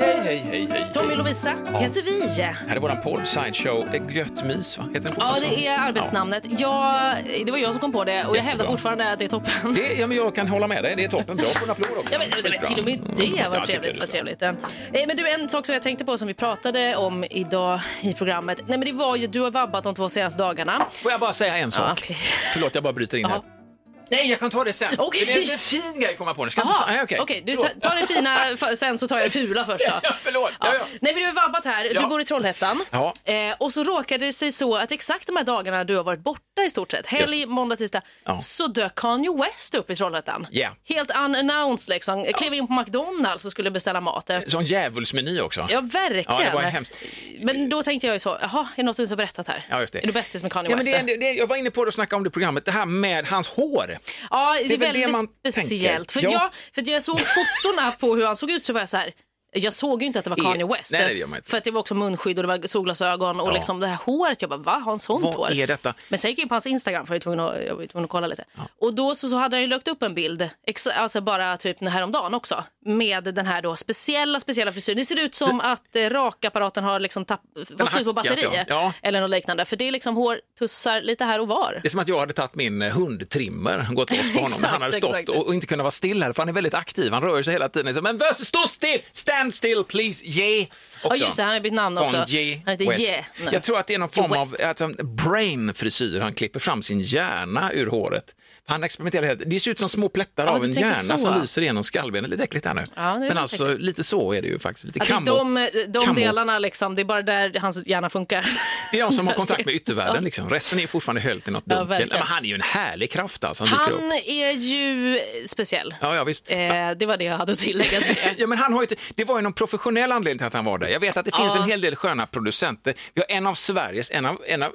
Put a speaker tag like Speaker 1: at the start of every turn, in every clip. Speaker 1: hej, hej, hej, hej.
Speaker 2: Tommy Lovisa heter vi.
Speaker 1: Här är våran podd, Sideshow. Eh, Gött mys, va? Heter den
Speaker 2: Ja,
Speaker 1: fortfarande så?
Speaker 2: det är arbetsnamnet. Jag, det var jag som kom på det och jag hävdar fortfarande att det är toppen.
Speaker 1: Ja. Det, ja, men jag kan hålla med dig. Det är toppen. Bra. Få en applåd också.
Speaker 2: Ja, men, men,
Speaker 1: Skitbra.
Speaker 2: till och med det
Speaker 1: Mm.
Speaker 2: var
Speaker 1: Jag tycker
Speaker 2: trevligt.
Speaker 1: det
Speaker 2: Var
Speaker 1: är
Speaker 2: trevligt. Eh, Men du, en sak som jag tänkte på som vi pratade om idag i programmet. Nej, men det var ju, du har vabbat de två senaste dagarna.
Speaker 1: Får jag bara säga en sak?
Speaker 2: Ja, okej.
Speaker 1: Förlåt, jag bara bryter in här.
Speaker 2: Ja.
Speaker 1: Nej, jag kan ta det sen.
Speaker 2: Okej.
Speaker 1: Men det är en liten fin grej att komma på nu. Ska jag
Speaker 2: Jaha,
Speaker 1: inte... sa- Nej,
Speaker 2: okej.
Speaker 1: ah, okej.
Speaker 2: du ta-
Speaker 1: Förlåt.
Speaker 2: tar det fina f- sen så tar jag det fula först då.
Speaker 1: Ja, förlåt. Ja, ja.
Speaker 2: Nej men du har vabbat här, du
Speaker 1: Ja.
Speaker 2: bor i Trollhättan.
Speaker 1: Ja.
Speaker 2: Eh, och så råkade det sig så att exakt de här dagarna du har varit borta i stort sett, helg,
Speaker 1: Just.
Speaker 2: måndag, tisdag,
Speaker 1: Ja.
Speaker 2: så dök Kanye West upp i Trollhättan.
Speaker 1: Yeah.
Speaker 2: Helt unannounced liksom. Klev in på McDonalds och skulle beställa mat. Eh,
Speaker 1: Sån djävulsmeny också.
Speaker 2: Ja, verkligen.
Speaker 1: Ja, det var hemskt.
Speaker 2: Men då tänkte jag ju så, jaha, är det något du inte har berättat här?
Speaker 1: Ja, just det.
Speaker 2: Är du bästis med Kanye
Speaker 1: Ja, men
Speaker 2: West?
Speaker 1: det, är- det, jag var inne på det och snackade om det i programmet, det här med hans hår.
Speaker 2: Ja, det är,
Speaker 1: väl det
Speaker 2: väldigt
Speaker 1: man
Speaker 2: speciellt. För,
Speaker 1: tänker. Ja.
Speaker 2: jag, för att jag såg fotona på hur han såg ut så var jag så här. Jag såg ju inte att det var Kanye
Speaker 1: Eh,
Speaker 2: West.
Speaker 1: nej, nej, det gör man inte.
Speaker 2: För att det var också munskydd och det var solglasögon och
Speaker 1: Ja.
Speaker 2: liksom det här håret. Jag bara, va? Har han sånt
Speaker 1: Vad
Speaker 2: hår?
Speaker 1: är detta?
Speaker 2: Men sen gick jag in på hans Instagram för jag var tvungen att, jag var tvungen att kolla lite. Och då så, så hade han ju lagt upp en bild, ex- alltså bara typ häromdagen också, med den här då speciella, speciella frisyren. Det ser ut som att eh, rakapparaten har liksom tapp- var slut på
Speaker 1: hackat,
Speaker 2: batteri
Speaker 1: ja. Ja.
Speaker 2: eller något liknande. För det är liksom hårtussar lite här och var.
Speaker 1: Det är som att jag hade tagit min eh, hundtrimmer och gått loss på honom.
Speaker 2: Exakt,
Speaker 1: när han hade
Speaker 2: exakt.
Speaker 1: stått och, och inte kunnat vara still här, för han är väldigt aktiv. Han rör sig hela tiden. Så, Men vad- stå still! Stand still please! Yeah!
Speaker 2: Ja
Speaker 1: Också.
Speaker 2: just det, han har bytt namn också.
Speaker 1: Kanye
Speaker 2: Han heter
Speaker 1: West.
Speaker 2: Ye nu.
Speaker 1: Jag tror att det är någon form
Speaker 2: Ye
Speaker 1: av
Speaker 2: West.
Speaker 1: alltså, brain-frisyr. Han klipper fram sin hjärna ur håret. Han experimenterar hela tiden. Det ser ut som små plättar
Speaker 2: Ja,
Speaker 1: av
Speaker 2: du
Speaker 1: en
Speaker 2: tänker
Speaker 1: hjärna
Speaker 2: så.
Speaker 1: som lyser genom skallbenet. Lite äckligt här nu.
Speaker 2: det är
Speaker 1: Men
Speaker 2: lite
Speaker 1: alltså lite så är det ju faktiskt. Lite
Speaker 2: Att det är
Speaker 1: kammo.
Speaker 2: de, de
Speaker 1: kammo.
Speaker 2: delarna, liksom, det är bara där hans hjärna funkar.
Speaker 1: Det är de som har kontakt med yttervärlden. Liksom. Resten är fortfarande höljt i något
Speaker 2: Ja,
Speaker 1: dunkelt. Nej,
Speaker 2: verkligen.
Speaker 1: men han är ju en härlig kraft alltså. Han, dyker upp.
Speaker 2: Han är ju speciell.
Speaker 1: Ja, ja, visst.
Speaker 2: Eh, det var det jag hade att tillägga till det.
Speaker 1: Ja, men han har ju, inte- det var ju någon professionell anledning till att han var där. Jag vet att det finns
Speaker 2: Ja.
Speaker 1: en hel del sköna producenter. Vi har en av Sveriges, en av, en av,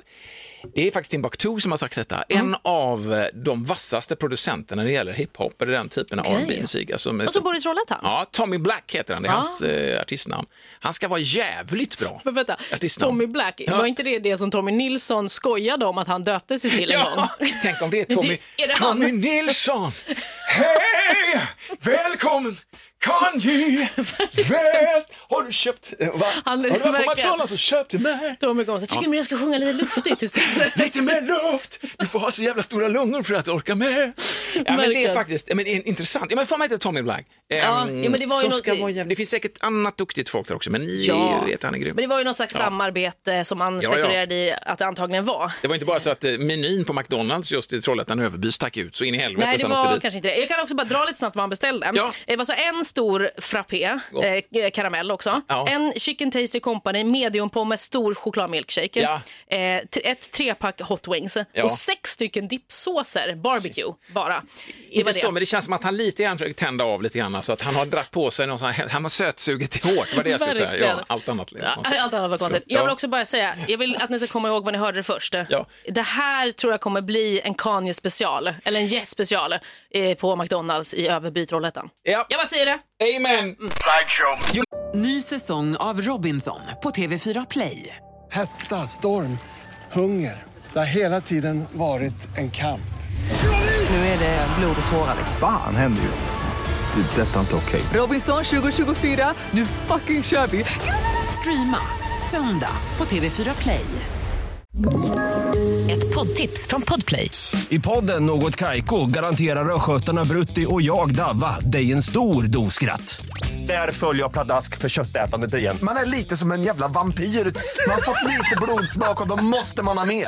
Speaker 1: det är faktiskt Timbuktu som har sagt detta, en av eh, de vassaste producenterna när det gäller hiphop eller den typen av
Speaker 2: Okej.
Speaker 1: R&B-musik. Alltså, med-
Speaker 2: Och så bor i Trollhättan.
Speaker 1: Ja, Tommy Black heter han, det är
Speaker 2: Ja.
Speaker 1: hans eh, artistnamn. Han ska vara jävligt bra.
Speaker 2: Men vänta,
Speaker 1: Artistnamn.
Speaker 2: Tommy Black,
Speaker 1: Ja.
Speaker 2: var inte det det som Tommy Nilsson skojade om att han döpte sig till en gång?
Speaker 1: Ja, tänk om det är Tommy,
Speaker 2: Det- är det han?
Speaker 1: Tommy Nilsson. Hej! Välkommen Kanye West! Har du köpt, eh, va?
Speaker 2: Han
Speaker 1: har du varit på
Speaker 2: verkar-
Speaker 1: McDonalds och köpt till mig?
Speaker 2: Tommy kom, så jag tycker mer jag ska sjunga lite luftigt istället.
Speaker 1: Lite mer luft! Du får ha så jävla stora lungor för att orka med. Ja, men det är
Speaker 2: Verkligen.
Speaker 1: faktiskt ja, men det är intressant. Ja, men får man inte Tommy Black? Ehm,
Speaker 2: Ja, ja, men det var ju
Speaker 1: som
Speaker 2: något-
Speaker 1: ska vara jävla... Det finns säkert annat duktigt folk där också, men ni
Speaker 2: Ja.
Speaker 1: vet han är grym.
Speaker 2: Men det var ju något slags samarbete som man
Speaker 1: Ja, ja.
Speaker 2: spekulerade i att det antagligen var.
Speaker 1: Det var inte bara så att eh, menyn på McDonalds just i Trollhättan Överby stack ut så in i helvete.
Speaker 2: Nej, det
Speaker 1: sen åkte
Speaker 2: var
Speaker 1: dit.
Speaker 2: kanske inte det. Jag kan också bara dra lite snabbt vad han beställde. Eh,
Speaker 1: Ja.
Speaker 2: Det var så en stor frappé,
Speaker 1: Gott.
Speaker 2: eh, karamell också.
Speaker 1: Ja.
Speaker 2: En chicken tasty company, medium pommes, stor chokladmilkshake.
Speaker 1: Ja.
Speaker 2: Eh, t- ett trepack hot wings
Speaker 1: Ja.
Speaker 2: och sex stycken dippsåser, barbecue bara. Det
Speaker 1: Inte
Speaker 2: var
Speaker 1: så,
Speaker 2: det.
Speaker 1: men det känns som att han lite grann försöker tända av lite grann. Alltså att han har dratt på sig någon sån här, han har sötsugit till hårt, var det jag skulle säga.
Speaker 2: Verkligen.
Speaker 1: Ja, allt annat. lite
Speaker 2: Ja,
Speaker 1: konstigt.
Speaker 2: allt annat var konstigt.
Speaker 1: Ja.
Speaker 2: Jag vill också bara säga, jag vill att ni ska komma ihåg vad ni hörde det först.
Speaker 1: Ja.
Speaker 2: Det här tror jag kommer bli en Kanye special, eller en Yes special eh, på McDonalds i Överby, Trollhättan.
Speaker 1: Ja.
Speaker 2: Jag bara säger det.
Speaker 1: Amen!
Speaker 2: Mm.
Speaker 3: Ny säsong av Robinson på TV4 Play.
Speaker 4: Hetta, storm, hunger. Det har hela tiden varit en kamp.
Speaker 5: Fan händer just nu. Det. är Detta är inte okej.
Speaker 3: Robinson 2024, nu fucking kör vi! Streama söndag på TV4 Play.
Speaker 2: Ett poddtips från Podplay.
Speaker 6: I podden Något Kaiko garanterar östgötarna Brutti och jag, Davva, dig en stor dos skratt. Där följer jag pladask för köttätandet igen.
Speaker 7: Man är lite som en jävla vampyr. Man har fått lite blodsmak och då måste man ha mer.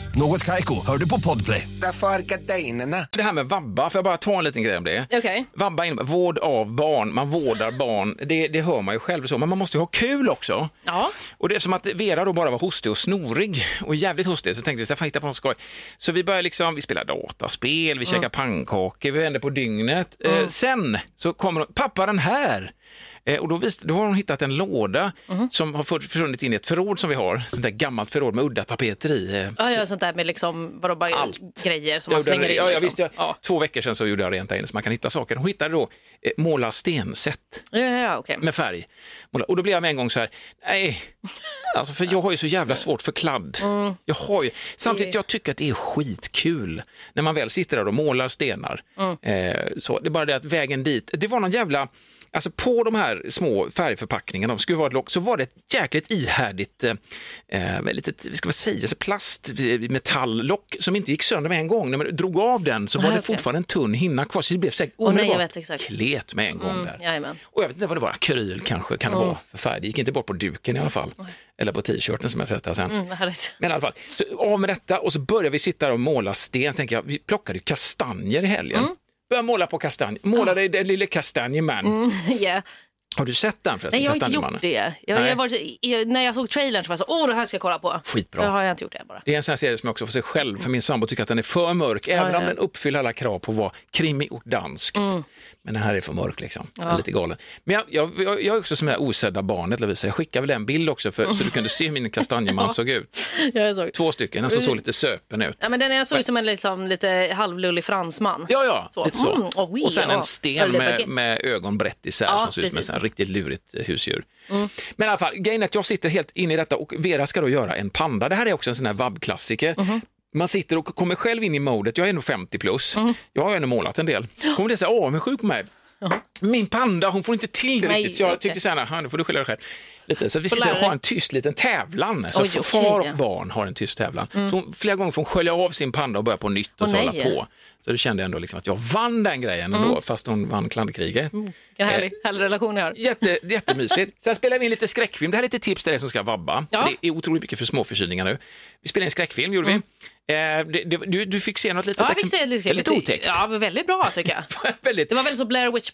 Speaker 6: Något Kaiko, hör du på Podplay.
Speaker 7: Därför är gardinerna.
Speaker 1: Det här med vabba, får jag bara ta en liten grej om det?
Speaker 2: Okej.
Speaker 1: Vabba innebär vård av barn, man vårdar barn, det, det hör man ju själv så, men man måste ju ha kul också.
Speaker 2: Ja.
Speaker 1: Och det är som att Vera då bara var hostig och snorig och jävligt hostig, så tänkte vi så här, "Fan, hitta på något skoj. Så vi började liksom, vi spelade dataspel, vi käkade pannkakor, vi vände på dygnet. Eh, sen så kommer hon, pappa den här! Eh, och då, visst, då har hon hittat en låda
Speaker 2: Mhm.
Speaker 1: som har för- försvunnit in i ett förråd som vi har, sånt där gammalt förråd med udda tapeter i. eh,
Speaker 2: Ja, ja, sånt där med liksom, vadå, bara
Speaker 1: Allt.
Speaker 2: grejer som
Speaker 1: jag
Speaker 2: man
Speaker 1: gjorde
Speaker 2: slänger
Speaker 1: det.
Speaker 2: in.
Speaker 1: ja, ja,
Speaker 2: liksom.
Speaker 1: visst, jag, Två veckor sedan så gjorde jag rent där inne så man kan hitta saker. Hon hittade då eh, måla stensätt
Speaker 2: ja, ja, ja, okej.
Speaker 1: med färg. Måla- Och då blev jag med en gång så här, nej, alltså för jag har ju så jävla svårt för kladd. Jag har ju, samtidigt, jag tycker att det är skitkul när man väl sitter där och målar stenar.
Speaker 2: Mm.
Speaker 1: Eh, så, det är bara det att vägen dit, det var någon jävla, alltså på de här små färgförpackningarna, de skulle vara ett lock, så var det ett jäkligt ihärdigt, eh, eh, litet, ska man säga, så plast, eh, metalllock som inte gick sönder med en gång. När man drog av den så var
Speaker 2: Nej,
Speaker 1: det
Speaker 2: okej.
Speaker 1: fortfarande en tunn hinna kvar, så det blev säkert
Speaker 2: jag
Speaker 1: omedelbart
Speaker 2: vet exakt. Mm.
Speaker 1: klet med en gång där.
Speaker 2: Jajamän.
Speaker 1: Och jag vet inte vad det var, akryl kanske kan det
Speaker 2: Mm.
Speaker 1: vara för färg. Det gick inte bort på duken i alla fall. Eller på t-shirten som jag sett här sen.
Speaker 2: Mm, vad härligt.
Speaker 1: Men i alla fall, så av med detta och så börjar vi sitta där och måla sten. Tänker jag, vi plockade ju kastanjer i helgen.
Speaker 2: Mm.
Speaker 1: Börja måla på kastanjer. Målade den lille kastanjeman.
Speaker 2: yeah.
Speaker 1: Har du sett den förresten?
Speaker 2: Mm. Nej, jag har inte
Speaker 1: Kastanjemannen?
Speaker 2: gjort det. Jag,
Speaker 1: Nej.
Speaker 2: jag var, jag, när jag såg trailern så var jag så, åh, det här ska jag kolla på.
Speaker 1: Skitbra.
Speaker 2: Det har jag inte gjort det bara.
Speaker 1: Det är en sån här serie som jag också får se själv, för min sambo tycker att den är för mörk, även
Speaker 2: ja. Mm.
Speaker 1: om den uppfyller alla krav på att vara krimi och danskt. Men den här är för mörk liksom, Jag är lite galen. Men jag, jag, jag, jag är också som det här osedda barnet Lovisa, jag skickar väl en bild också för, så du kunde se hur min kastanjeman såg ut.
Speaker 2: Ja, jag såg.
Speaker 1: Två stycken, den som såg lite söpen ut.
Speaker 2: Ja, men den jag såg ju som en liksom, lite halvlullig fransman.
Speaker 1: Ja, ja,
Speaker 2: Så.
Speaker 1: lite så.
Speaker 2: Mm, och we
Speaker 1: och sen
Speaker 2: are
Speaker 1: en sten
Speaker 2: a
Speaker 1: med,
Speaker 2: baguette.
Speaker 1: med ögon brett isär
Speaker 2: Ja,
Speaker 1: som ser ut som ett
Speaker 2: precis. Mm.
Speaker 1: sånt här riktigt lurigt eh, husdjur. Men i alla fall, grejen är att jag sitter helt inne i detta och Vera ska då göra en panda. Det här är också en sån här vab-klassiker.
Speaker 2: Mhm.
Speaker 1: Man sitter och kommer själv in i modet, jag är nog 50 plus,
Speaker 2: Mhm.
Speaker 1: jag har ju ändå målat en del. Kommer det säga avundsjuk på mig? Min panda, hon får inte till det
Speaker 2: Nej,
Speaker 1: riktigt. Så jag
Speaker 2: okej.
Speaker 1: tyckte så här, "Aha, nu får du skylla dig själv. Lite. Så vi sitter och
Speaker 2: lärare.
Speaker 1: har en tyst liten tävlan. Så
Speaker 2: Oj,
Speaker 1: f-
Speaker 2: okej,
Speaker 1: far
Speaker 2: ja.
Speaker 1: och barn har en tyst tävlan. Så hon, flera gånger får hon skölja av sin panda och börja på nytt och
Speaker 2: Mm. Åh,
Speaker 1: så
Speaker 2: nej. Mm.
Speaker 1: hålla på. Så då kände jag ändå liksom att jag vann den grejen ändå, fast hon vann klanderkriget.
Speaker 2: Vilken
Speaker 1: Eh,
Speaker 2: härlig, härlig relation jag har.
Speaker 1: Jätte, jättemysigt. Sen spelar vi in lite skräckfilm. Det här är lite tips till dig som ska vabba.
Speaker 2: Ja. Mm.
Speaker 1: För Det är otroligt mycket för småförkylningar nu. Vi spelade in skräckfilm, gjorde vi. Eh, det, det, du, du fick se något litet.
Speaker 2: Ja, jag fick
Speaker 1: exempel-
Speaker 2: se lite,
Speaker 1: lite otäckt.
Speaker 2: Ja, men väldigt bra tycker jag.
Speaker 1: Väldigt.
Speaker 2: Det var väldigt så Blair Witch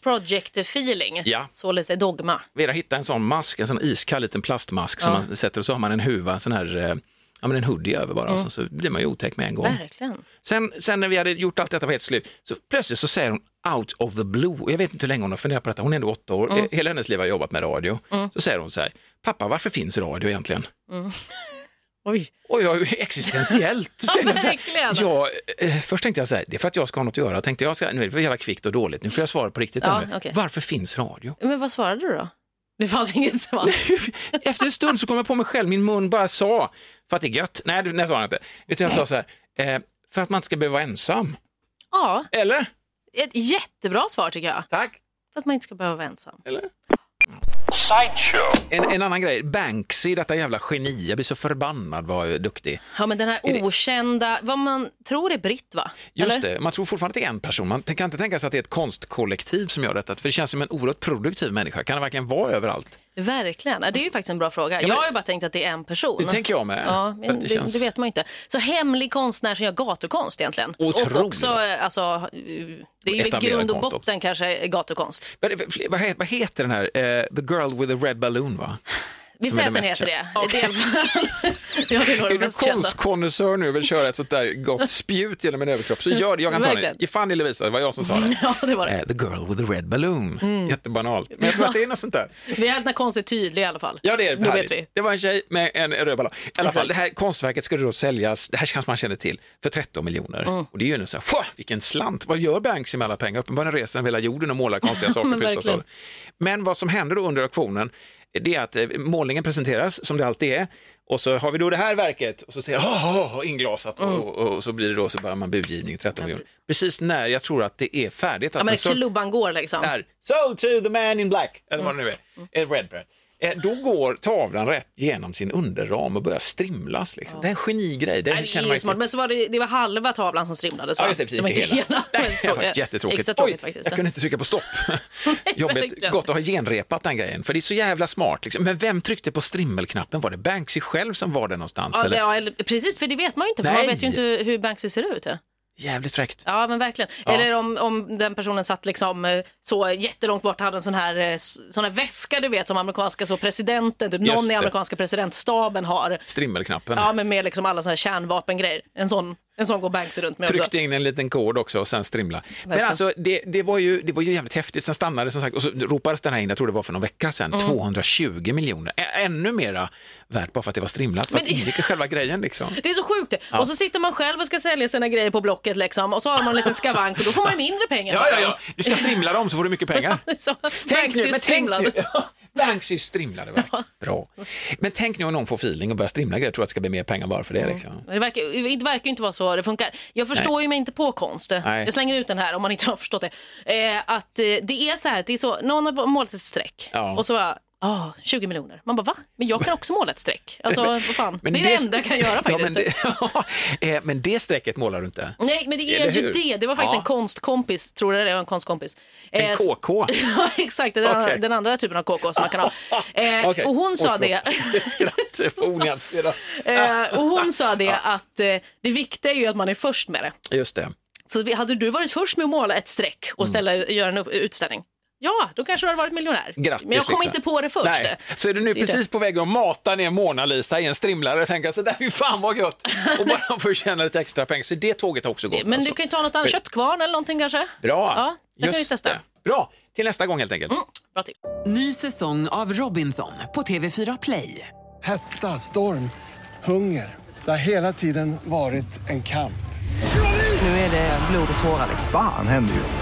Speaker 2: Project-feeling.
Speaker 1: Ja.
Speaker 2: Så lite dogma.
Speaker 1: Vera hittade en sån mask, en sån iskall liten plastmask som man sätter och så har man en huva, en sån här, eh, ja men en hoodie över bara, och så, så blir man ju otäck med en gång.
Speaker 2: Mm. Verkligen.
Speaker 1: Sen, sen när vi hade gjort allt detta var helt slut, så plötsligt så säger hon out of the blue, och jag vet inte hur länge hon har funderat på detta, hon är ändå åtta år,
Speaker 2: Mm.
Speaker 1: Eh, hela hennes liv har jag jobbat med radio. Så säger hon så här, pappa varför finns radio egentligen?
Speaker 2: Oj.
Speaker 1: Och jag är ju existentiellt. Så tänkte
Speaker 2: Ja,
Speaker 1: jag så här,
Speaker 2: verkligen.
Speaker 1: ja, eh, först tänkte jag så här, det är för att jag ska ha något att göra, tänkte jag, ska, nu är det för jävla kvickt och dåligt, nu får jag svara på riktigt.
Speaker 2: Ja,
Speaker 1: här nu.
Speaker 2: okej.
Speaker 1: Varför finns radio?
Speaker 2: Men vad svarade du då? Det fanns inget svar.
Speaker 1: Efter en stund så kom jag på mig själv, min mun bara sa, för att det är gött, nej det nej, sa jag inte, utan jag sa så här, eh, för att man inte ska behöva vara ensam.
Speaker 2: Ja,
Speaker 1: Eller?
Speaker 2: ett jättebra svar tycker jag.
Speaker 1: Tack.
Speaker 2: För att man inte ska behöva vara ensam.
Speaker 1: En, en annan grej, Banksy, detta jävla geni, jag blir så förbannad vad duktig.
Speaker 2: Ja, men den här okända, vad man tror är britt va?
Speaker 1: Just
Speaker 2: Eller?
Speaker 1: det, man tror fortfarande att det är en person, man kan inte tänka sig att det är ett konstkollektiv som gör detta, för det känns som en oerhört produktiv människa, kan det verkligen vara överallt?
Speaker 2: Verkligen. Ja, det är ju faktiskt en bra fråga. Jag har ju bara tänkt att det är en person.
Speaker 1: Det tänker jag med.
Speaker 2: Ja,
Speaker 1: För
Speaker 2: men
Speaker 1: att
Speaker 2: det,
Speaker 1: det känns-
Speaker 2: det vet man ju inte. Så hemlig konstnär som gör gatukonst egentligen.
Speaker 1: Otroligt.
Speaker 2: Och också, eh, alltså, eh, det är ju
Speaker 1: Etablerad
Speaker 2: grund och
Speaker 1: konst
Speaker 2: botten kanske eh, gatukonst.
Speaker 1: Vad, vad, he- vad heter den här, eh, The Girl with the Red Balloon va?
Speaker 2: Vi
Speaker 1: Som är
Speaker 2: säger att
Speaker 1: det
Speaker 2: den
Speaker 1: mest
Speaker 2: heter det. Det är i alla fall- Ja, det var
Speaker 1: Är
Speaker 2: det
Speaker 1: du
Speaker 2: mest kända.
Speaker 1: konstkonnässör nu och vill köra ett sånt där gott spjut genom en överkropp så gör det, jag kan ta den.
Speaker 2: Verkligen.
Speaker 1: Ge fan i Lovisa, det var jag som sa det.
Speaker 2: Ja, Mm. det var det.
Speaker 1: Eh, The girl with the red balloon. Jättebanalt. Men jag tror att det är något sånt där.
Speaker 2: Vi är alltid konstigt tydliga i alla fall.
Speaker 1: Ja, det är
Speaker 2: Då vet
Speaker 1: härligt.
Speaker 2: vi.
Speaker 1: Det var en tjej med en röd ballong. I alla fall,
Speaker 2: Exakt.
Speaker 1: det här konstverket skulle då säljas, det här kanske man känner till, för 13 miljoner.
Speaker 2: Mm.
Speaker 1: Och det är ju en sån här, "Sjå, vilken slant. Vad gör Banksy med alla pengar? Uppenbarligen reser han hela jorden och målar konstiga saker.
Speaker 2: Men
Speaker 1: på utställningar.
Speaker 2: verkligen.
Speaker 1: Men vad som händer då under auktionen, det är att eh, målningen presenteras som det alltid är. Och så har vi då det här verket och så säger jag "Åh, åh, åh", inglasat
Speaker 2: Mm.
Speaker 1: och, och, och så blir det då så börjar man budgivning 13 miljoner. Precis när jag tror att det är färdigt. Att
Speaker 2: Ja, men
Speaker 1: den så-
Speaker 2: klubban går liksom.
Speaker 1: där. So to the man in black, eller vad det nu är. Mm. Red bread. eh, då går tavlan rätt genom sin underram och börjar strimlas. Liksom. Det är en genigrej. Det,
Speaker 2: Nej, det
Speaker 1: känner
Speaker 2: är
Speaker 1: man
Speaker 2: ju smart,
Speaker 1: inte.
Speaker 2: men så var det, det var halva tavlan som strimlades.
Speaker 1: Ja,
Speaker 2: va?
Speaker 1: just det, precis.
Speaker 2: Som
Speaker 1: inte
Speaker 2: inte
Speaker 1: hela. Nej, det var jättetråkigt.
Speaker 2: Extra tråkigt
Speaker 1: Oj,
Speaker 2: faktiskt.
Speaker 1: jag kunde inte trycka på stopp. Jobbigt.
Speaker 2: verkligen.
Speaker 1: Gott att ha genrepat den grejen, för det är så jävla smart. Liksom. Men vem tryckte på strimmelknappen? Var det Banksy själv som var det någonstans?
Speaker 2: Ja, det,
Speaker 1: eller?
Speaker 2: ja, eller, precis, för det vet man ju inte, för man
Speaker 1: Nej.
Speaker 2: vet ju inte hur Banksy ser ut. Ja.
Speaker 1: Jävligt fräckt.
Speaker 2: Ja men verkligen. Eller om, om den personen satt liksom eh, så jättelångt bort hade en sån här, eh, s- sån här väska du vet som amerikanska så presidenten, typ
Speaker 1: Just
Speaker 2: någon i
Speaker 1: det.
Speaker 2: amerikanska presidentstaben har.
Speaker 1: Strimmelknappen.
Speaker 2: Ja men med liksom alla såna här kärnvapengrejer. En sån, en sån går Banksy runt med också.
Speaker 1: Tryckte in en liten kod också och sen strimla. Men
Speaker 2: Alltså- Verkligen.
Speaker 1: alltså, det, det, var ju, det var ju jävligt häftigt. Sen stannade det som sagt och så ropades den här in, jag tror det var för någon vecka sedan,
Speaker 2: Mm.
Speaker 1: 220 miljoner. Ä- Ännu mera värt bara för att det var strimlat, för
Speaker 2: Men
Speaker 1: att det
Speaker 2: det-
Speaker 1: ingick i själva grejen liksom.
Speaker 2: Det är så sjukt det. Och så sitter man själv och ska sälja sina grejer på Blocket liksom och så har man en liten skavank och då får man ju mindre pengar.
Speaker 1: Ja, ja, ja, du ska strimla dem så får du mycket pengar.
Speaker 2: Så,
Speaker 1: Tänk nu, men
Speaker 2: Banksy
Speaker 1: tänk nu.
Speaker 2: strimlad.
Speaker 1: Ja, Banksy strimlade verkligen. Bra. Men tänk nu om någon får feeling och börjar strimla grejer, tror att det ska bli mer pengar bara för det.
Speaker 2: Mm.
Speaker 1: Liksom.
Speaker 2: Men Det verkar, det verkar ju inte vara så det funkar. Jag förstår ju mig inte på konst.
Speaker 1: Nej.
Speaker 2: Jag slänger ut den här om man inte har förstått det. Eh, att eh, det är så här, det är så, någon har målat ett streck
Speaker 1: Ja.
Speaker 2: och så bara, ah 20 miljoner. Man bara, va? Men jag kan också måla ett streck. Alltså, vad fan. det är det, enda jag kan göra faktiskt.
Speaker 1: Ja, men, det, Eh, men det strecket målar du inte?
Speaker 2: Nej, men det är
Speaker 1: Eller
Speaker 2: ju
Speaker 1: hur?
Speaker 2: det. Det var faktiskt
Speaker 1: Ja.
Speaker 2: en konstkompis, tror jag det var en konstkompis. Eh,
Speaker 1: En
Speaker 2: s-
Speaker 1: KK?
Speaker 2: Ja, exakt. Den,
Speaker 1: Okej.
Speaker 2: den andra typen av KK som man kan ha. Eh,
Speaker 1: Okej.
Speaker 2: Och hon sa
Speaker 1: Oj,
Speaker 2: det.
Speaker 1: förlåt. Det är skratt. Onyanserat.
Speaker 2: Eh, och hon sa det att eh, det viktiga är ju att man är först med det.
Speaker 1: Just det.
Speaker 2: Så vi- hade du varit först med att måla ett streck
Speaker 1: Mm.
Speaker 2: och ställa, göra en upp- utställning, ja, då kanske du hade varit miljonär.
Speaker 1: Grattis.
Speaker 2: Men jag kom
Speaker 1: liksom.
Speaker 2: inte på det först.
Speaker 1: Nej. Så är du nu
Speaker 2: det det.
Speaker 1: precis på väg att mata ner Mona Lisa i en strimlare och tänka så där, fy fan vad gött. Och bara få tjäna lite extra pengar. Så det tåget har också gått.
Speaker 2: Men
Speaker 1: alltså.
Speaker 2: du kan ju ta något annat, köttkvarn eller någonting kanske?
Speaker 1: Bra.
Speaker 2: Ja, det kan vi testa.
Speaker 1: Bra. Till nästa gång helt enkelt.
Speaker 2: Bra tips.
Speaker 3: Ny säsong av Robinson på TV4 Play.
Speaker 4: Hetta, storm, hunger. Det har hela tiden varit en kamp.
Speaker 3: Nu är det blod och tårar.
Speaker 5: Fan händer just det.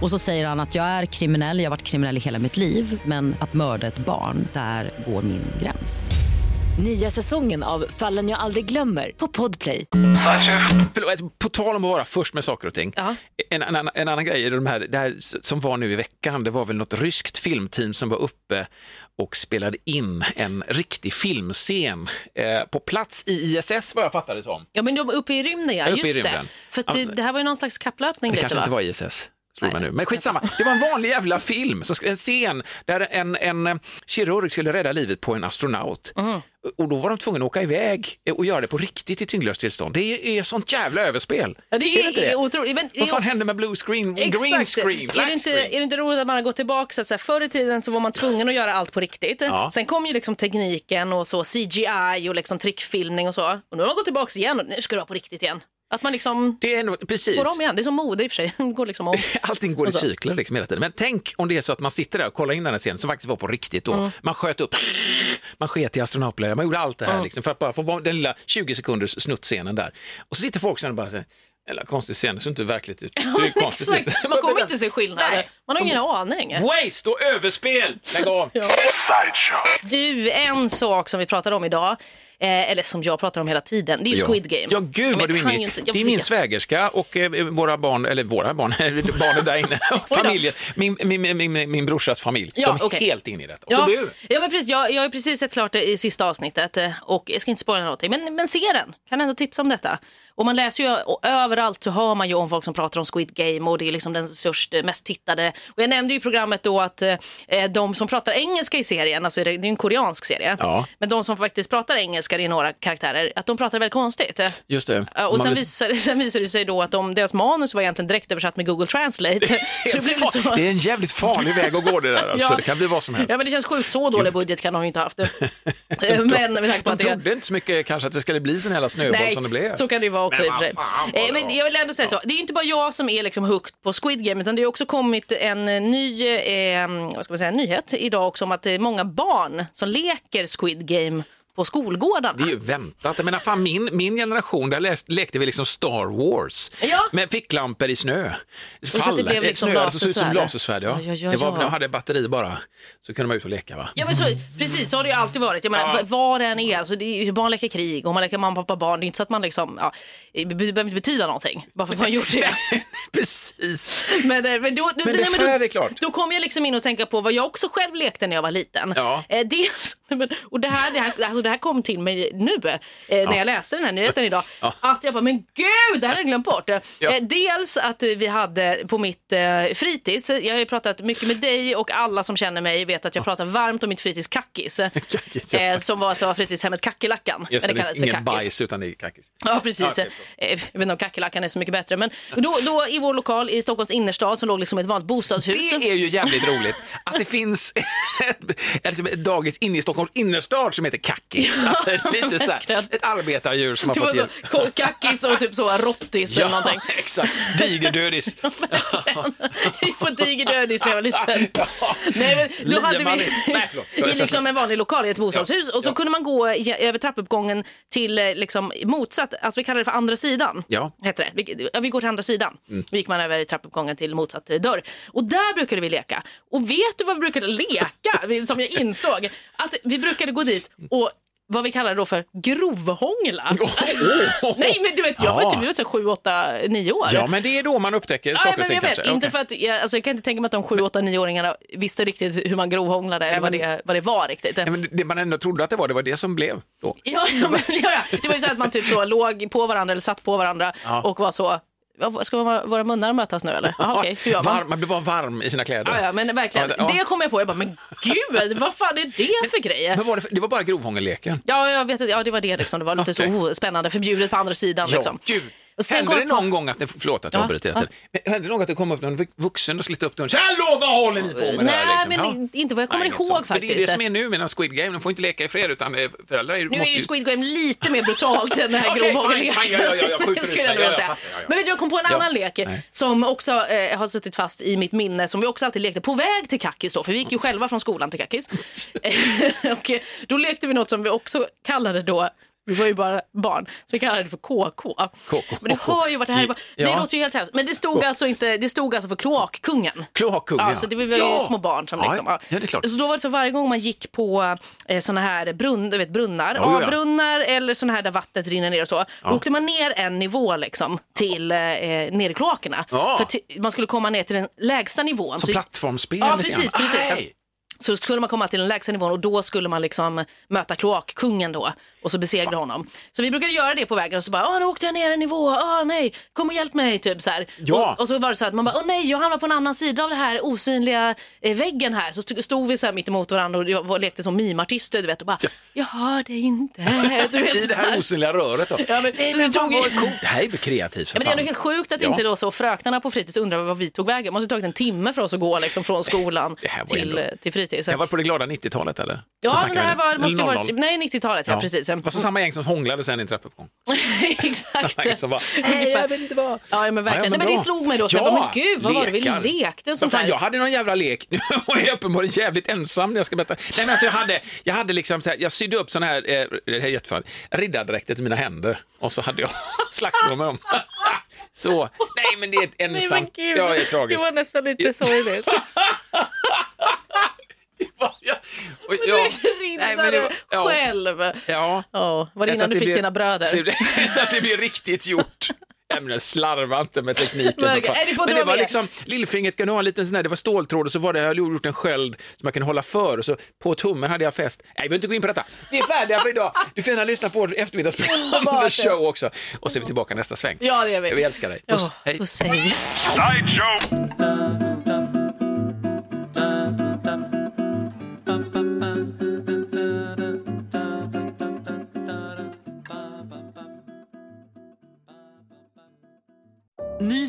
Speaker 8: Och så säger han att jag är kriminell, jag har varit kriminell i hela mitt liv men att mörda ett barn, där går min gräns.
Speaker 9: Nya säsongen av Fallen jag aldrig glömmer på Podplay.
Speaker 1: Förlåt, alltså, på tal om att vara först med saker och ting.
Speaker 2: Ja.
Speaker 1: En, en, annan- en annan grej är de här, det här som var nu i veckan, det var väl något ryskt filmteam som var uppe och spelade in en riktig filmscen eh, på plats i ISS vad jag fattade det som.
Speaker 2: Ja, men de är uppe i rymden, ja.
Speaker 1: Ja, uppe i
Speaker 2: Just det.
Speaker 1: rymden.
Speaker 2: För att det,
Speaker 1: Alltså-
Speaker 2: det här var ju någon slags kapplöpning
Speaker 1: Det
Speaker 2: lite,
Speaker 1: kanske
Speaker 2: va?
Speaker 1: inte var ISS. Slog mig
Speaker 2: Nej.
Speaker 1: nu. Men skitsamma, det var en vanlig jävla film, så en scen där en, en eh, kirurg skulle rädda livet på en astronaut.
Speaker 2: Mm.
Speaker 1: Och då var de tvungna att åka iväg och göra det på riktigt i tyngdlöst tillstånd. Det är sånt jävla överspel.
Speaker 2: Ja, det
Speaker 1: Är
Speaker 2: är,
Speaker 1: inte
Speaker 2: otroligt. Men,
Speaker 1: Vad fan hände med blue screen, green
Speaker 2: Exakt.
Speaker 1: screen,
Speaker 2: är,
Speaker 1: black
Speaker 2: det inte,
Speaker 1: screen?
Speaker 2: är det inte roligt att man har gått tillbaka? Så att så här, förr i tiden så var man tvungen att göra allt på riktigt.
Speaker 1: Ja.
Speaker 2: Sen kom ju liksom tekniken och så CGI och liksom trickfilmning och så. Och nu har man gått tillbaka igen och nu ska det vara på riktigt igen. Att man liksom
Speaker 1: Det är nog, precis.
Speaker 2: går om igen. Det är som mode i och för sig. Det går liksom om.
Speaker 1: Allting går i
Speaker 2: Och så.
Speaker 1: cykler liksom hela tiden. Men tänk om det är så att man sitter där och kollar in den här scenen som faktiskt var på riktigt då.
Speaker 2: Mm.
Speaker 1: Man sköt upp, man sket i astronautblöja, man gjorde allt det här
Speaker 2: Mm.
Speaker 1: liksom, för att bara få vara den lilla 20 sekunders snuttscenen där. Och så sitter folk sen och bara säger, eller konstig scen, det ser inte verkligt ut. Det ser ju konstigt ut.
Speaker 2: Exakt. Man kommer inte se skillnader.
Speaker 1: Nej.
Speaker 2: Man har ingen aning.
Speaker 1: Waste och överspel! Lägg av!
Speaker 2: Du, en sak som vi pratar om idag, eh, eller som jag pratar om hela tiden, det är ju Squid Game.
Speaker 1: Ja, gud vad
Speaker 2: Men
Speaker 1: du
Speaker 2: jag
Speaker 1: är
Speaker 2: kan
Speaker 1: inne
Speaker 2: ju
Speaker 1: i.
Speaker 2: inte- jag
Speaker 1: Det är min
Speaker 2: vet.
Speaker 1: svägerska och eh, våra barn, eller våra barn, barnen där inne, och
Speaker 2: då.
Speaker 1: familjen, min, min, min, min, min brorsas familj,
Speaker 2: Ja,
Speaker 1: de är
Speaker 2: okej.
Speaker 1: helt inne i detta. Och
Speaker 2: Ja,
Speaker 1: så du!
Speaker 2: ja, men precis, jag, jag har precis sett klart det i sista avsnittet eh, och jag ska inte spoila någonting, men, men se den. Kan ändå tipsa om detta. Och man läser ju och överallt så hör man ju om folk som pratar om Squid Game och det är liksom den störst, mest tittade. Och jag nämnde ju i programmet då att eh, de som pratar engelska i serien, alltså det det är ju en koreansk serie,
Speaker 1: Ja.
Speaker 2: men de som faktiskt pratar engelska, det är några karaktärer, att de pratar väldigt konstigt. Eh,
Speaker 1: Just det.
Speaker 2: Ja,
Speaker 1: Man
Speaker 2: och sen,
Speaker 1: blir-
Speaker 2: visar, sen visar det sig då att de, deras manus var egentligen direkt översatt med Google Translate. Så det blev lite så.
Speaker 1: Fan, det är en jävligt farlig väg att gå det där. Alltså. Det kan bli vad som helst.
Speaker 2: Ja, men det känns sjukt. Så dålig budget kan de ju inte ha haft. Eh, men med tanke på
Speaker 1: De
Speaker 2: att det...
Speaker 1: trodde inte så mycket kanske att det skulle bli sån jävla snöboll som det blev.
Speaker 2: så kan det ju vara också
Speaker 1: Men
Speaker 2: i och för sig.
Speaker 1: vad fan var det
Speaker 2: Eh, Men
Speaker 1: då?
Speaker 2: jag vill ändå säga så, det är ju inte bara jag som är liksom hooked på Squid Game utan det har också kommit en eh, ny ehm, eh, vad ska man säga, nyhet idag också om att det är många barn som leker Squid Game på skolgårdarna.
Speaker 1: Det är ju väntat. Jag menar, fan, min, min generation, där läst, lekte vi liksom Star Wars
Speaker 2: Ja.
Speaker 1: med ficklampor i snö.
Speaker 2: så att det blev
Speaker 1: i
Speaker 2: liksom
Speaker 1: snö, alltså, såg ut som lasersvärd.
Speaker 2: lasersvärd.
Speaker 1: Ja.
Speaker 2: Ja, ja, ja,
Speaker 1: det var,
Speaker 2: ja.
Speaker 1: När man hade batteri bara så kunde man ut och leka. Va?
Speaker 2: Ja, men så, precis, så har det ju alltid varit. Jag menar,
Speaker 1: Ja.
Speaker 2: ja. Vad det än är, alltså, det är ju, barn leker krig och man leker mamma, pappa, barn. Det är inte så att man liksom, ja, det be- behöver inte betyda någonting bara för att man har gjort det.
Speaker 1: Precis.
Speaker 2: men, eh, men, då, då,
Speaker 1: Men det
Speaker 2: nej, men då,
Speaker 1: här är klart.
Speaker 2: Då kom jag liksom in och tänka på vad jag också själv lekte när jag var liten.
Speaker 1: Ja.
Speaker 2: Eh, dels, men- och det här, det, här, alltså, det här kom till mig nu eh, när jag läste den här nyheten idag.
Speaker 1: Ja.
Speaker 2: Att jag bara, men gud, det här har jag glömt bort. Eh,
Speaker 1: Ja.
Speaker 2: eh, dels att eh, vi hade på mitt eh, fritids, jag har ju pratat mycket med dig och alla som känner mig vet att jag pratar varmt om mitt fritids Kackis.
Speaker 1: Kackis, ja.
Speaker 2: eh, som var alltså fritidshemmet Kackerlackan.
Speaker 1: Just
Speaker 2: Men
Speaker 1: det,
Speaker 2: det kallades för
Speaker 1: ingen
Speaker 2: Kackis.
Speaker 1: bajs utan det är kackis.
Speaker 2: Ja, precis.
Speaker 1: Ja,
Speaker 2: Eh, jag vet inte om kackerlackan är så mycket bättre. Men då, då i vår lokal i Stockholms innerstad som låg liksom ett vanligt bostadshus.
Speaker 1: Det är ju jävligt roligt att det finns ett, ett, ett dagis inne i Stockholms innerstad som heter Kackis.
Speaker 2: Ja,
Speaker 1: Alltså, ett lite så här,
Speaker 2: verkligen.
Speaker 1: ett arbetardjur som har
Speaker 2: Det var
Speaker 1: fått
Speaker 2: så
Speaker 1: hjälp.
Speaker 2: kolkackis och typ så rottis eller någonting.
Speaker 1: exakt. Digerdödis.
Speaker 2: Vi får digerdödis när jag var liten. Nej, men då hade vi
Speaker 1: Liemannis. Nej, förlåt.
Speaker 2: i liksom en vanlig lokal i ett bostadshus och så
Speaker 1: Ja.
Speaker 2: kunde man gå i- över trappuppgången till eh, liksom motsatt, alltså vi kallar det för andra sidan.
Speaker 1: Ja. Mm.
Speaker 2: Heter det. Vi, ja, vi går till andra sidan. Då gick man över trappuppgången till motsatt eh, dörr. Och där brukade vi leka. Och vet du vad vi brukade leka? Vi- Som jag insåg. Att vi brukade gå dit och vad vi kallar det då för grovhångla. Nej men du vet, jag var
Speaker 1: Ja.
Speaker 2: typ vi var så här sju, åtta, nio år.
Speaker 1: Ja, men det är då man upptäcker
Speaker 2: Ja,
Speaker 1: saker
Speaker 2: men
Speaker 1: och ting
Speaker 2: jag vet.
Speaker 1: kanske.
Speaker 2: Inte
Speaker 1: Okej.
Speaker 2: för att, jag, alltså, jag kan inte tänka mig att de 7 8 9 åringarna visste riktigt hur man grovhånglade eller vad det, vad det var riktigt.
Speaker 1: Nej, men det man ändå trodde att det var, det var det som blev då.
Speaker 2: Ja, ja, men, ja, ja. Det var ju så att man typ så låg på varandra eller satt på varandra
Speaker 1: Ja.
Speaker 2: och var så, "Ja, ska våra- våra munnar mötas nu eller? Jaha, okej, hur gör man?
Speaker 1: Varm, man blir bara varm i sina kläder.
Speaker 2: Ja, ja, men verkligen,
Speaker 1: Ja, ja.
Speaker 2: det kom jag på. Jag bara, men gud, vad fan är det för grejer?
Speaker 1: Men var det, för- det var bara grovhångelleken.
Speaker 2: Ja, jag vet, att- ja, det var det liksom. Det var lite så
Speaker 1: Okej.
Speaker 2: oh, spännande, förbjudet på andra sidan liksom.
Speaker 1: Ja, gud.
Speaker 2: Och sen
Speaker 1: Hände
Speaker 2: kom
Speaker 1: det
Speaker 2: jag på-
Speaker 1: någon gång att, det- förlåt att jag
Speaker 2: Ja,
Speaker 1: avbryter
Speaker 2: ja.
Speaker 1: ja. men hände det någon gång att det kom upp någon vuxen och slet upp dörren? Hallå, vad håller ni på med det här?
Speaker 2: Nej,
Speaker 1: liksom?
Speaker 2: men
Speaker 1: Ja.
Speaker 2: in- inte vad jag kommer
Speaker 1: Nej, inget
Speaker 2: ihåg
Speaker 1: sånt. För
Speaker 2: faktiskt.
Speaker 1: Det är det som är nu med den här Squid Game, de får inte leka i fred utan eh, föräldrar är-
Speaker 2: Nu är
Speaker 1: måste
Speaker 2: ju Squid Game lite mer brutalt än den här
Speaker 1: Okej,
Speaker 2: grovhångleken.
Speaker 1: fine, fine, ja, ja, ja, skjuter
Speaker 2: skulle
Speaker 1: ut mig.
Speaker 2: jag vilja
Speaker 1: Ja, ja,
Speaker 2: säga.
Speaker 1: fattar, ja, ja.
Speaker 2: Men vet du, jag kom på en
Speaker 1: Ja.
Speaker 2: annan lek
Speaker 1: Nej.
Speaker 2: som också eh, har suttit fast i mitt minne som vi också alltid lekte på väg till Kackis då, för vi gick ju själva från skolan till Kackis. Eh, och eh, då lekte vi något som vi också kallade då vi var ju bara barn, så vi kallade det för KK.
Speaker 1: KK.
Speaker 2: Men du hör ju vart det här är.
Speaker 1: Ja.
Speaker 2: Det låter ju helt hemskt. Men det stod, alltså, inte, det stod alltså för kloakkungen.
Speaker 1: Kloakkungen,
Speaker 2: Ja, så det var ju
Speaker 1: Ja.
Speaker 2: små barn som
Speaker 1: Ja,
Speaker 2: liksom... ja.
Speaker 1: ja, det är klart.
Speaker 2: Så då var det så varje gång man gick på eh, såna här brunn, du vet, brunnar,
Speaker 1: ja, ja.
Speaker 2: avbrunnar eller såna här där vattnet rinner ner och så, då åkte man ner en nivå liksom till eh, ner i kloakerna.
Speaker 1: Ja.
Speaker 2: För ti- man skulle komma ner till den lägsta nivån.
Speaker 1: Som
Speaker 2: Så-
Speaker 1: plattformsspel
Speaker 2: Ja,
Speaker 1: lite
Speaker 2: precis,
Speaker 1: grann.
Speaker 2: precis.
Speaker 1: Nej.
Speaker 2: så skulle man komma till den lägsta nivån och då skulle man liksom möta kloakkungen då och så besegra honom. Så vi brukade göra det på vägen och så bara, åh nu åkte jag ner en nivå, åh nej, kom och hjälp mig, typ så här.
Speaker 1: Ja.
Speaker 2: Och, och så var det så att man bara, åh nej, jag hamnar på en annan sida av den här osynliga eh, väggen här. Så st- stod vi så här mitt emot varandra och jag var- lekte som mimartister, du vet, och bara, jag hör dig inte. Du vet,
Speaker 1: I det
Speaker 2: så
Speaker 1: här osynliga röret då.
Speaker 2: Ja, men-
Speaker 1: Nej,
Speaker 2: så
Speaker 1: men
Speaker 2: det
Speaker 1: fan
Speaker 2: tog-
Speaker 1: vad coolt. Det här är kreativt för
Speaker 2: Ja, men det är
Speaker 1: fan.
Speaker 2: nog helt sjukt att
Speaker 1: Ja.
Speaker 2: inte då så fröknarna på fritids undrar vad vi tog vägen. Det måste ha tagit en timme för oss att gå liksom från skolan
Speaker 1: Det här var ju
Speaker 2: till, eh,
Speaker 1: ändå-
Speaker 2: till fritids.
Speaker 1: Jag var på det glada 90-talet eller?
Speaker 2: Ja,
Speaker 1: Då
Speaker 2: men det här
Speaker 1: snackar vi.
Speaker 2: var, måste ju ha
Speaker 1: Eller
Speaker 2: varit
Speaker 1: 00.
Speaker 2: nej, 90-talet. Ja.
Speaker 1: Ja.
Speaker 2: precis.
Speaker 1: Fast så samma gäng som hånglade sen i en trappuppgång.
Speaker 2: Exakt.
Speaker 1: Som bara,
Speaker 2: Ungefär.
Speaker 1: "Nej, jag vet inte vad.
Speaker 2: Ja, ja, men verkligen. Nej, men det slog mig då. Så jag bara, men gud, vad var det vi
Speaker 1: lekar.
Speaker 2: lekte? och Sånt
Speaker 1: Vad fan,
Speaker 2: där.
Speaker 1: Jag hade någon jävla lek. Nu var jag uppenbarligen jävligt ensam när jag ska berätta. Nej, men alltså, jag, hade, jag hade liksom så här, jag sydde upp sån här, eh, det här är jättefan, riddardräkter till mina händer och så hade jag slagsmål med dem. så, nej men det är ett ensamt. Ja, det är tragiskt.
Speaker 2: nästan lite sorgligt.
Speaker 1: Ja, och
Speaker 2: Du
Speaker 1: jag-
Speaker 2: riddare
Speaker 1: Nej, men det var- ja.
Speaker 2: själv.
Speaker 1: Ja.
Speaker 2: Ja, var det
Speaker 1: Så
Speaker 2: innan
Speaker 1: att
Speaker 2: du fick
Speaker 1: blir-
Speaker 2: dina bröder?
Speaker 1: Så, så att det blir riktigt gjort. Nej, men jag slarvar inte med tekniken. för
Speaker 2: Verkligen.
Speaker 1: fan.
Speaker 2: Nej, det får inte
Speaker 1: men det
Speaker 2: vara
Speaker 1: var
Speaker 2: med.
Speaker 1: liksom, lillfingret kan du ha en liten sån här, det var ståltråd och så var det, jag hade gjort en sköld som jag kunde hålla för och så på tummen hade jag fäst. Nej, vi behöver inte gå in på detta. Vi är färdiga för idag. Du får gärna lyssna på vårt eftermiddagsprogram,
Speaker 2: Underbart.
Speaker 1: The Show också. Och så är vi tillbaka nästa sväng.
Speaker 2: Ja, det är vi.
Speaker 1: Vi älskar dig. Puss,
Speaker 2: Ja,
Speaker 1: hej.
Speaker 2: puss, hej.
Speaker 3: Ny